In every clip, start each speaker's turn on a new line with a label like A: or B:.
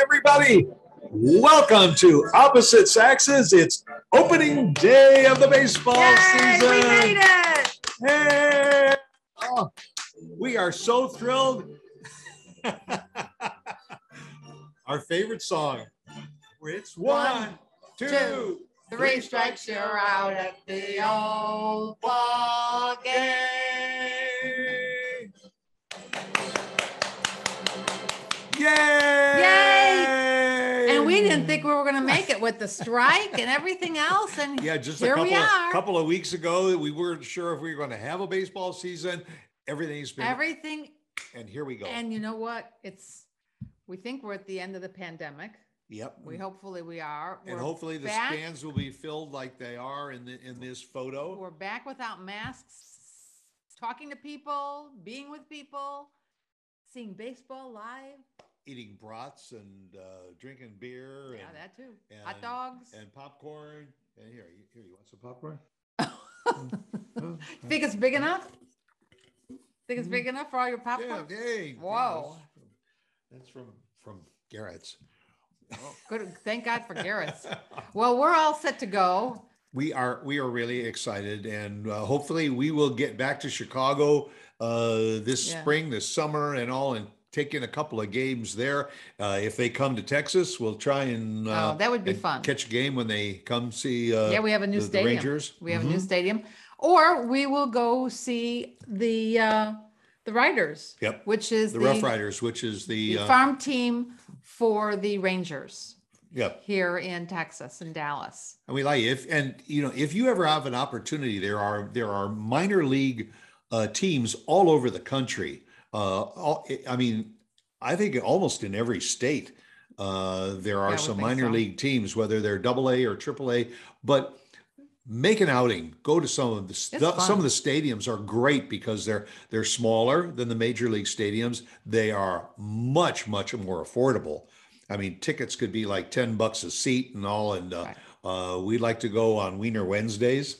A: everybody. Welcome to Opposite Saxes. It's opening day of the baseball
B: Yay,
A: season.
B: we made it!
A: Hey! Oh, we are so thrilled. Our favorite song. It's one, two,
B: Three strikes, you're out at the old ball
A: game. Yay!
B: And we didn't think we were going to make it with the strike and everything else. And
A: Yeah, just a
B: Here we
A: couple of,
B: are.
A: couple of weeks ago, we weren't sure if we were going to have a baseball season. Everything's been,
B: everything.
A: and here we go.
B: And you know what? It's, we think we're at the end of the pandemic.
A: yep.
B: We hopefully we are.
A: Mm. and
B: We're-
A: hopefully the
B: back.
A: stands will be filled like they are in the, in this photo.
B: We're back without masks, talking to people, being with people, seeing baseball live.
A: Eating brats and uh, drinking beer
B: Yeah,
A: and,
B: that too.
A: and-
B: Hot dogs.
A: and popcorn. And here, you- here, you want some popcorn?
B: Think it's big enough? Think it's big enough for all your
A: Yeah,
B: popcorn?
A: hey, yeah,
B: Whoa.
A: That's from from Garrett's.
B: Good. Thank God for Garrett's. Well, we're all set to go.
A: we are we are really excited and uh, hopefully we will get back to chicago uh, this
B: Yeah.
A: spring this summer and all and take in a couple of games there uh, if they come to texas we'll try and uh,
B: Oh, that would be
A: and
B: fun.
A: catch a game when they come see uh,
B: Yeah, we have a new
A: the, the
B: stadium.
A: rangers Mm-hmm.
B: We have a new stadium. Or we will go see the uh the Riders.
A: Mm-hmm. Yep.
B: Which is
A: the
B: the
A: rough riders which is the,
B: the
A: uh,
B: farm team for the Rangers
A: yeah
B: here in Texas in Dallas.
A: And we like if and you know if you ever have an opportunity, there are there are minor league uh, teams all over the country. Uh, all, I mean, I think almost in every state uh, there
B: I
A: are
B: would
A: some
B: think
A: minor
B: so.
A: league teams, whether they're Double A or Triple A. But make an outing, go to some of the st-
B: It's
A: some
B: fun.
A: of the stadiums are great because they're they're smaller than the major league stadiums. They are much much more affordable. I mean, tickets could be like ten bucks a seat and all, and uh,
B: Right.
A: uh, we like to go on Wiener Wednesdays.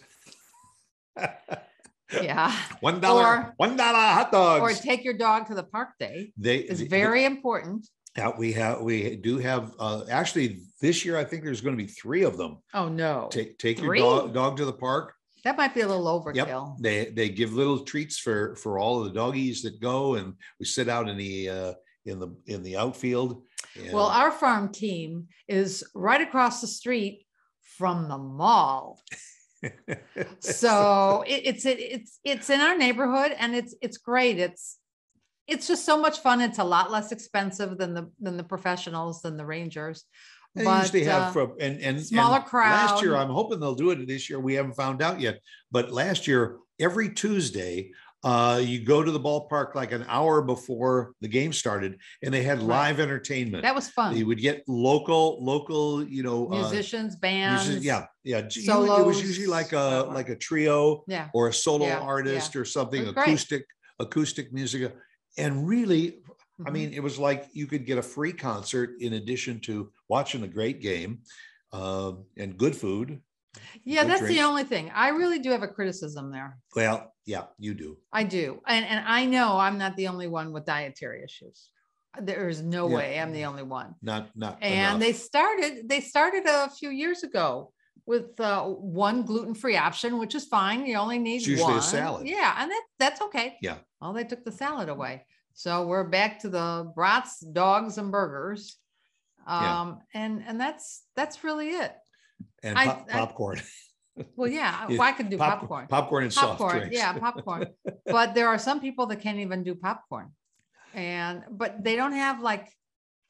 B: Yeah.
A: One dollar,
B: Or-
A: one dollar hot
B: Or
A: dogs.
B: take your dog to the park day
A: they
B: is
A: they-
B: very important.
A: uh, we have we do have uh, actually this year. I think there's going to be three of them.
B: Oh, no.
A: Take take your
B: Three?
A: dog dog to the park.
B: That might be a little
A: Yep.
B: overkill.
A: They they give little treats for for all of the doggies that go, and we sit out in the uh, in the in the outfield. and-
B: Well, our farm team is right across the street from the mall. so it, it's it, it's it's in our neighborhood and it's it's great. It's it's just so much fun. It's a lot less expensive than the than the professionals than the Rangers.
A: They
B: But,
A: usually have
B: uh,
A: from and and
B: smaller
A: and Last year,
B: crowd.
A: I'm hoping they'll do it this year. We haven't found out yet, but last year, every Tuesday, uh, you go to the ballpark like an hour before the game started, and they had
B: Right.
A: live entertainment.
B: that was
A: you
B: fun.
A: would get local, local, you know, uh,
B: Musicians,
A: music-
B: bands.
A: yeah, yeah. G- usually It was
B: solos,
A: usually like a
B: whatever.
A: like a trio
B: Yeah.
A: or a solo
B: Yeah,
A: artist or something
B: was great.
A: acoustic, acoustic music, uh, and really I
B: Mhm.
A: mean, it was like you could get a free concert in addition to watching a great game uh, and good food.
B: yeah,
A: good
B: that's the
A: drinks.
B: only thing. I really do have a criticism there.
A: Well, yeah, you do.
B: I do. And and I know I'm not the only one with dietary issues. There is no
A: Yeah.
B: way I'm the only one.
A: Not not.
B: And
A: enough.
B: they started they started a few years ago with uh, one gluten-free option, which is fine. You only need
A: It's usually a
B: one.
A: salad.
B: Yeah, and that that's okay.
A: Yeah.
B: Well, they took the salad away. So we're back to the brats, dogs, and burgers.
A: Yeah.
B: Um, and and that's that's really it.
A: and
B: I-
A: pop-
B: I-
A: popcorn,
B: Well, yeah,
A: Yeah,
B: well, I could do
A: Pop-
B: popcorn.
A: popcorn and soft
B: popcorn
A: drinks.
B: yeah popcorn but there are some people that can't even do popcorn and but they don't have like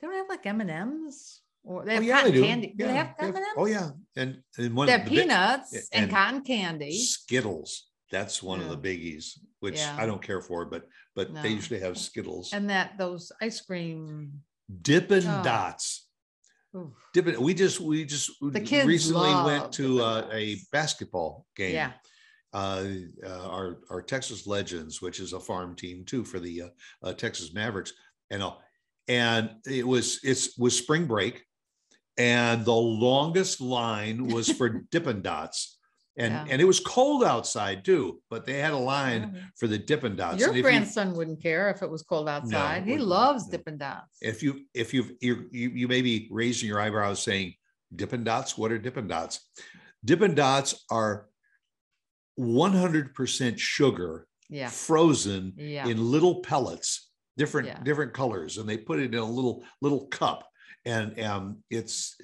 B: they don't have like m&ms or they
A: Oh,
B: have
A: yeah,
B: cotton
A: they do.
B: candy do they
A: Yeah,
B: have
A: they have-
B: m&ms
A: Oh yeah, and and one
B: they
A: of
B: have
A: the big-
B: peanuts
A: yeah,
B: and,
A: and
B: cotton candy
A: Skittles. That's one
B: Yeah.
A: of the biggies, which
B: Yeah.
A: I don't care for, but but
B: No.
A: they usually have Skittles.
B: and that those ice cream
A: Dippin'
B: Oh.
A: Dots.
B: ooh,
A: Dippin'. We just we just the
B: kids
A: recently went
B: love
A: to
B: Dippin'
A: uh, a
B: Dots.
A: basketball game.
B: yeah
A: uh, uh, our our Texas Legends, which is a farm team too for the uh, uh, Texas Mavericks, and all. And it was it's was spring break, and the longest line was for Dippin' Dots, and
B: Yeah.
A: and it was cold outside too. But they had a line for the Dippin' Dots.
B: Your
A: and if you-
B: grandson wouldn't care if it was cold outside. he
A: wouldn't.
B: loves
A: No.
B: Dippin' Dots.
A: if you if you've you're, you you may be raising your eyebrows saying dippin' dots what are dippin' dots dippin' dots are 100% sugar
B: yeah,
A: frozen
B: yeah,
A: in little pellets different
B: Yeah.
A: different colors and they put it in a little little cup and um it's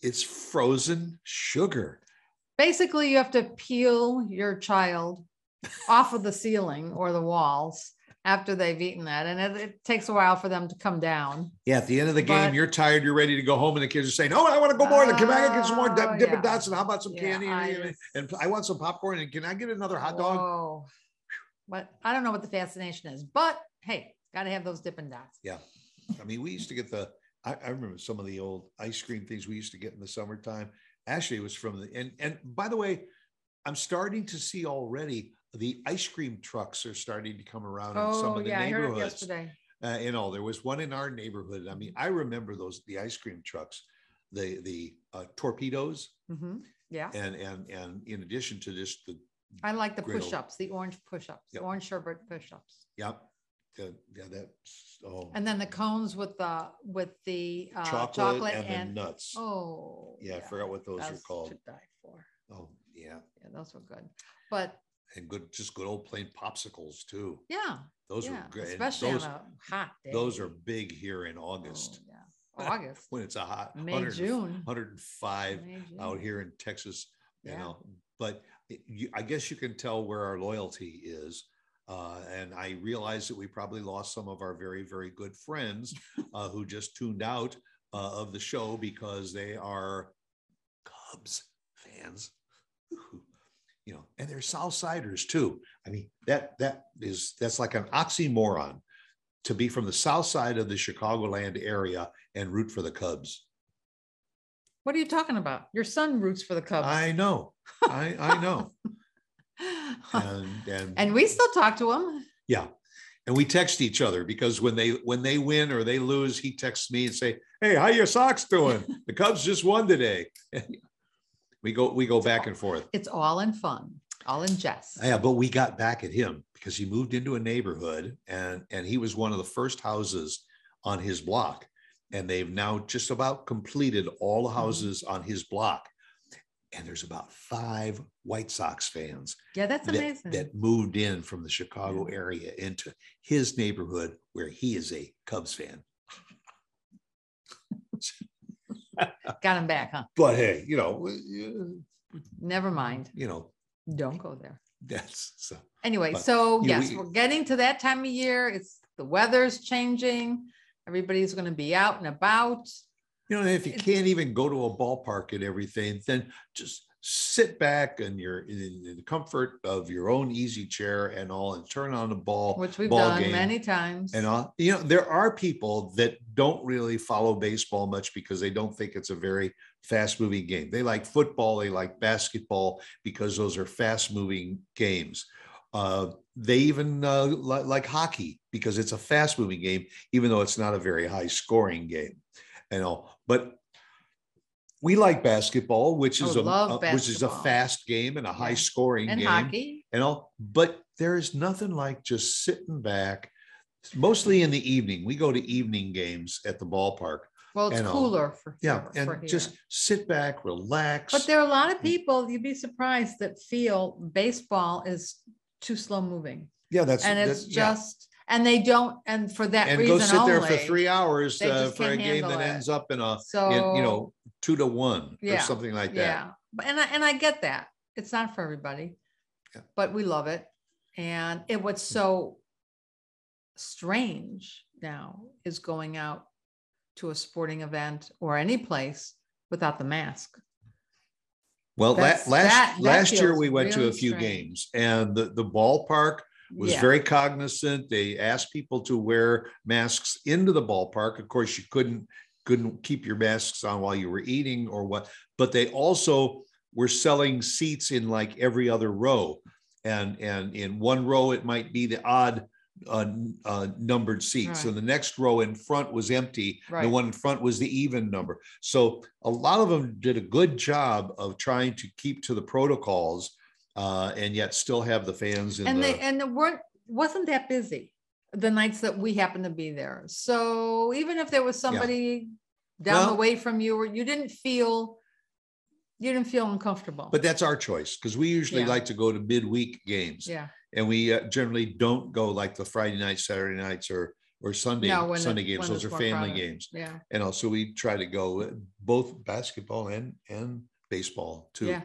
A: it's frozen sugar
B: basically you have to peel your child off of the ceiling or the walls after they've eaten that and it, it takes a while for them to come down
A: yeah at the end of the game
B: But-
A: you're tired you're ready to go home and the kids are saying oh i want to go more and come back and get some more
B: Oh,
A: Dip- dippin'
B: yeah.
A: dots and how about some
B: Yeah,
A: candy and,
B: I
A: and,
B: just-
A: and i want some popcorn and can i get another hot dog
B: Whoa. but i don't know what the fascination is but hey gotta have those dippin' dots
A: I mean, we used to get the, I, I remember some of the old ice cream things we used to get in the summertime. Actually, it was from the, and, and by the way, I'm starting to see already the ice cream trucks are starting to come around in some
B: oh
A: of the
B: yeah i heard it
A: neighborhoods.
B: yesterday
A: Uh, you know, there was one in our neighborhood. I mean, I remember those, the ice cream trucks, the, the uh, torpedoes.
B: Mhm. yeah
A: And, and, and in addition to just the,
B: i like the
A: Griddle.
B: push-ups the orange push-ups the
A: Yep.
B: orange sherbet push-ups
A: yeah, the, yeah, that's, oh,
B: and then the cones with the with the uh,
A: chocolate,
B: chocolate,
A: and,
B: and,
A: the nuts.
B: oh
A: yeah, I forgot what those are
B: Those
A: called.
B: to die for
A: Oh, yeah.
B: yeah those were good but
A: and good, just good old plain popsicles too.
B: Yeah.
A: Those
B: yeah.
A: are good. and
B: Especially
A: those,
B: on a hot day.
A: those are big here in
B: Oh,
A: August
B: yeah. August.
A: when it's a hot
B: May,
A: 100
B: June.
A: 105
B: May, June.
A: out here in Texas. You
B: Yeah.
A: know, but it- you, I guess you can tell where our loyalty is. Uh, and I realize that we probably lost some of our very, very good friends uh, who just tuned out uh, of the show because they are Cubs fans. Whew. You know, and they're Southsiders too. I mean, that that is that's like an oxymoron to be from the south side of the Chicagoland area and root for the Cubs.
B: What are you talking about? Your son roots for the Cubs.
A: I know, I I know, and and
B: and we still talk to him.
A: and we text each other because when they when they win or they lose, he texts me and say, "Hey, how your socks doing? The Cubs just won today." we go we go back and forth.
B: It's all in fun, all in jest.
A: Yeah, but we got back at him because he moved into a neighborhood and and he was one of the first houses on his block. And they've now just about completed all the houses on his block. And there's about five White Sox fans
B: yeah, that's
A: that,
B: amazing.
A: that moved in from the Chicago area into his neighborhood where he is a Cubs fan. uh,
B: Got him back, huh?
A: But hey, you know, you
B: Never mind.
A: know,
B: Don't go there.
A: that's so
B: Anyway,
A: But,
B: so
A: you know,
B: yes,
A: we-
B: we, are getting to that time of year. It's the weather's changing. Everybody's going to be out and about.
A: You know, if you can't even go to a ballpark and everything, then just sit back and you're in in the comfort of your own easy chair and all, and turn on the ball.
B: which we've
A: ball
B: done
A: game
B: many times.
A: And all, you know, there are people that don't really follow baseball much because they don't think it's a very fast-moving game. They like football, they like basketball because those are fast-moving games. Uh, they even uh, li- like hockey because it's a fast-moving game, even though it's not a very high-scoring game. You know, but we like basketball, which is
B: Oh,
A: a
B: love
A: uh, which is a
B: basketball.
A: fast game and a high-scoring
B: and
A: game
B: hockey.
A: and all but there is nothing like just sitting back mostly in the evening we go to evening games at the ballpark
B: Well, it's
A: and all.
B: cooler for
A: yeah
B: here-
A: and
B: for here.
A: just Mm. sit back relax
B: But there are a lot of people you'd be surprised that feel baseball is too slow moving,
A: yeah that's
B: and it's
A: that's- yeah.
B: just and they don't and for that
A: and
B: reason
A: go sit there for
B: only,
A: three hours
B: they
A: uh,
B: just
A: for a
B: can't
A: game that
B: handle it.
A: ends up in a
B: So
A: in, you know two to one or
B: Yeah,
A: something like that
B: yeah, but and I and I get that it's not for everybody,
A: Yeah. Mm.
B: but we love it, and it what's so strange now is going out to a sporting event or any place without the mask.
A: well la- last
B: That's- that- that
A: last year
B: feels
A: we went to
B: really
A: a few
B: strange.
A: games and the the ballpark was
B: Yeah.
A: very cognizant. They asked people to wear masks into the ballpark. Of course, you couldn't couldn't keep your masks on while you were eating or what. But they also were selling seats in like every other row, and and in one row it might be the odd uh, n- uh, numbered seats. So
B: Right.
A: the next row in front was empty. and
B: Right.
A: The one in front was the even number. So a lot of them did a good job of trying to keep to the protocols uh, and yet still have the fans in
B: and
A: the.
B: they and it weren't wasn't that busy the nights that we happened to be there so even if there was somebody down the
A: Well-
B: way from you or you didn't feel you didn't feel uncomfortable
A: but that's our choice because we usually
B: Yeah.
A: like to go to midweek games.
B: yeah
A: and we uh, generally don't go like the Friday night, Saturday nights, or or Sunday
B: No, when
A: Sunday
B: it-
A: games.
B: when
A: Those
B: it's
A: are
B: more
A: family
B: crowded.
A: games,
B: yeah
A: and also we try to go uh, both basketball and and baseball too.
B: yeah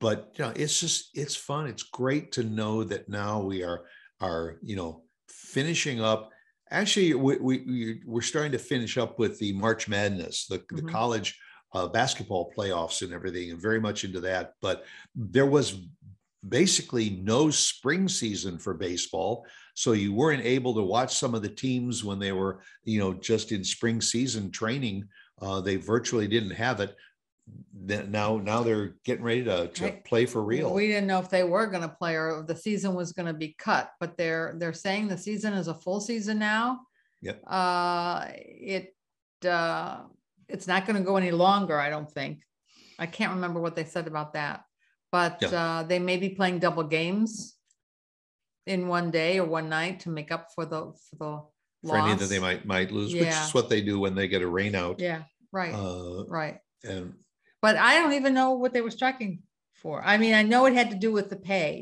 A: But you know, it's just it's fun. It's great to know that now we are are you know finishing up. Actually, we we we- we're starting to finish up with the March Madness, the the
B: Mhm.
A: college. Uh, basketball playoffs and everything, and very much into that. But there was basically no spring season for baseball so you weren't able to watch some of the teams when they were you know just in spring season training uh, they virtually didn't have it Then now now they're getting ready to, to
B: Right.
A: play for real
B: we didn't know if they were going to play or if the season was going to be cut but they're they're saying the season is a full season now
A: Yep.
B: uh it uh it's not going to go any longer i don't think i can't remember what they said about that but
A: Yeah.
B: uh they may be playing double games in one day or one night to make up for the for the
A: for any that they
B: loss.
A: might might lose which
B: Yeah.
A: is what they do when they get a rain out
B: yeah right
A: uh,
B: right
A: and
B: but I don't even know what they were striking for. I mean, I know it had to do with the pay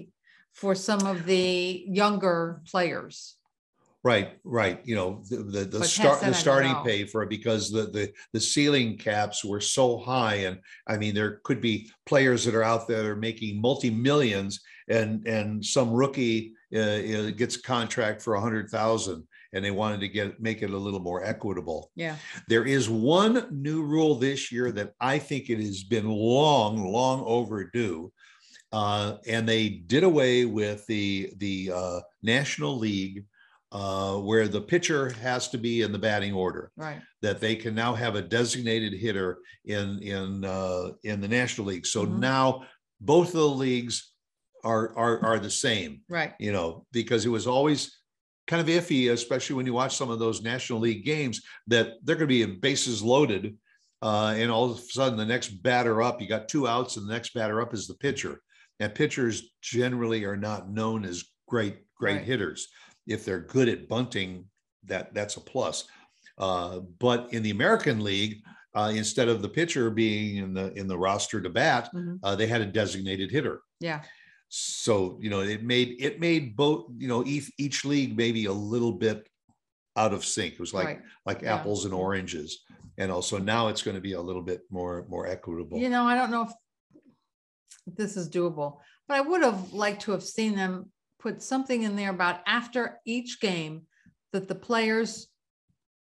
B: for some of the younger players.
A: Right, right. You know, the the,
B: But
A: the start
B: Tessa, I
A: the
B: don't
A: starting
B: know.
A: pay for it because the the the ceiling caps were so high, and I mean there could be players that are out there making multi millions, and and some rookie uh, uh, gets a contract for a hundred thousand, and they wanted to get make it a little more equitable.
B: Yeah.
A: There is one new rule this year that I think it has been long, long overdue. Uh, and they did away with the the uh, National League, uh, where the pitcher has to be in the batting order.
B: Right.
A: That they can now have a designated hitter in in uh, in the National League. So
B: Mhm.
A: now both of the leagues are are are the same
B: Right.
A: you know, because it was always kind of iffy, especially when you watch some of those National League games, that they're going to be bases loaded. Uh, and all of a sudden, the next batter up, you got two outs, and the next batter up is the pitcher. And pitchers generally are not known as great, great
B: Right.
A: hitters. If they're good at bunting, that that's a plus. Uh, but in the American League, uh, instead of the pitcher being in the in the roster to bat,
B: Mhm.
A: uh, they had a designated hitter
B: Yeah.
A: so you know it made it made both you know each each league maybe a little bit out of sync it was like
B: right.
A: like
B: yeah.
A: apples and oranges and also now it's going to be a little bit more more equitable
B: You know, I don't know if this is doable, but I would have liked to have seen them put something in there about after each game that the players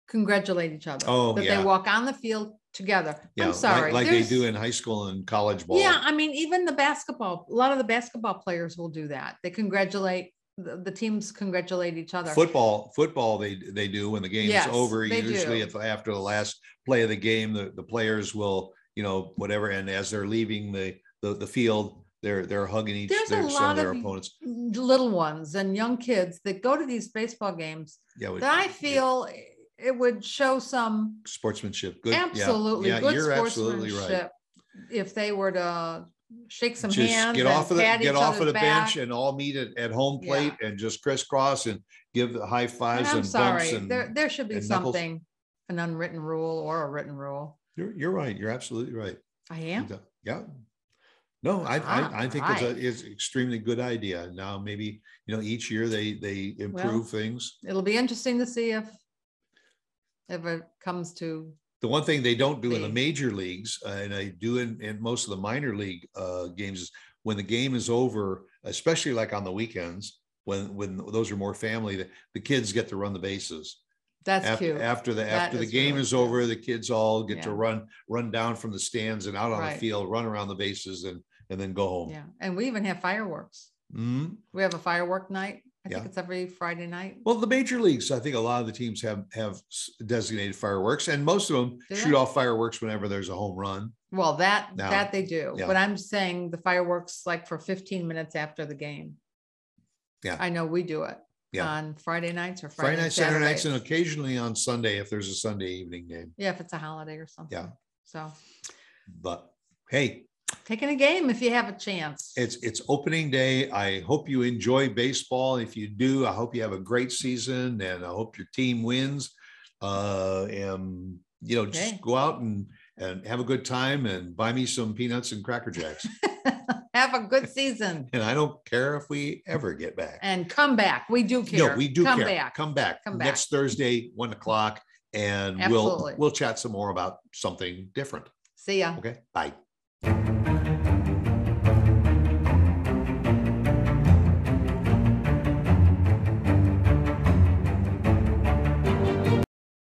B: congratulate each other.
A: Oh,
B: that
A: yeah.
B: they walk on the field together.
A: yeah
B: I'm
A: like-
B: sorry.
A: like,
B: there's-
A: they do in high school and college ball
B: Yeah, I mean, even the basketball, a lot of the basketball players will do that. They congratulate the, the teams congratulate each other.
A: football football they they do when the game's
B: Yes,
A: over
B: they
A: usually
B: do.
A: at the, after the last play of the game the, the players will you know whatever and as they're leaving the the, the field they're they're hugging each
B: There's a
A: their, some
B: lot
A: of their
B: of-
A: opponents
B: Little ones and young kids that go to these baseball games
A: yeah we-
B: that I feel it would show some
A: sportsmanship good yeah,
B: absolutely
A: yeah,
B: good
A: you're absolutely
B: sportsmanship
A: right
B: if they were to shake some
A: just
B: hands,
A: get
B: and
A: off of the
B: pat
A: get
B: each
A: off of
B: other's
A: the
B: back.
A: bench and all meet at, at home
B: Yeah.
A: plate and just crisscross and give the high
B: And
A: fives and,
B: I'm sorry,
A: bumps and
B: there there should be
A: and knuckles.
B: something, an unwritten rule or a written rule.
A: you're, you're right you're absolutely right
B: I am.
A: yeah, Yeah. no I,
B: Ah,
A: I i think it's a it's extremely good idea now maybe you know each year they they improve things
B: it'll be interesting to see if if it comes to
A: the one thing they don't do in the
B: Big.
A: major leagues uh, and i do in, in most of the minor league uh, games is when the game is over especially like on the weekends when when those are more family the, the kids get to run the bases
B: that's
A: after,
B: cute.
A: after the
B: That
A: after the
B: is
A: game
B: really
A: is
B: cool.
A: over, the kids all get to
B: Yeah.
A: run run down from the stands and out on the
B: Right.
A: field, run around the bases, and and then go home.
B: Yeah, and we even have fireworks.
A: Mhm.
B: We have a firework night. I
A: Yeah.
B: think it's every Friday night.
A: Well, the major leagues, I think a lot of the teams have have s- designated fireworks, and most of them
B: Do
A: shoot
B: they?
A: off fireworks whenever there's a home run.
B: Well, that
A: No.
B: that they do,
A: Yeah.
B: but I'm saying the fireworks like for 15 minutes after the game.
A: Yeah.
B: I know we do it.
A: Yeah.
B: on Friday nights or Friday,
A: Friday night, Saturday nights, and
B: Saturdays.
A: occasionally on Sunday if there's a Sunday evening game.
B: yeah, if it's a holiday or something. So
A: But hey,
B: taking a game if you have a chance.
A: it's it's opening day. I hope you enjoy baseball. If you do, I hope you have a great season, and I hope your team wins. Uh, and you know, just
B: Okay.
A: go out and and have a good time, and buy me some peanuts and cracker jacks.
B: have a good season
A: and I don't care if we ever get back.
B: and come back. We do care.
A: No, we do
B: come
A: care.
B: back.
A: Come back.
B: Come back.
A: next Thursday, one o'clock, and
B: Absolutely.
A: we'll we'll chat some more about something different.
B: See ya.
A: Okay, bye.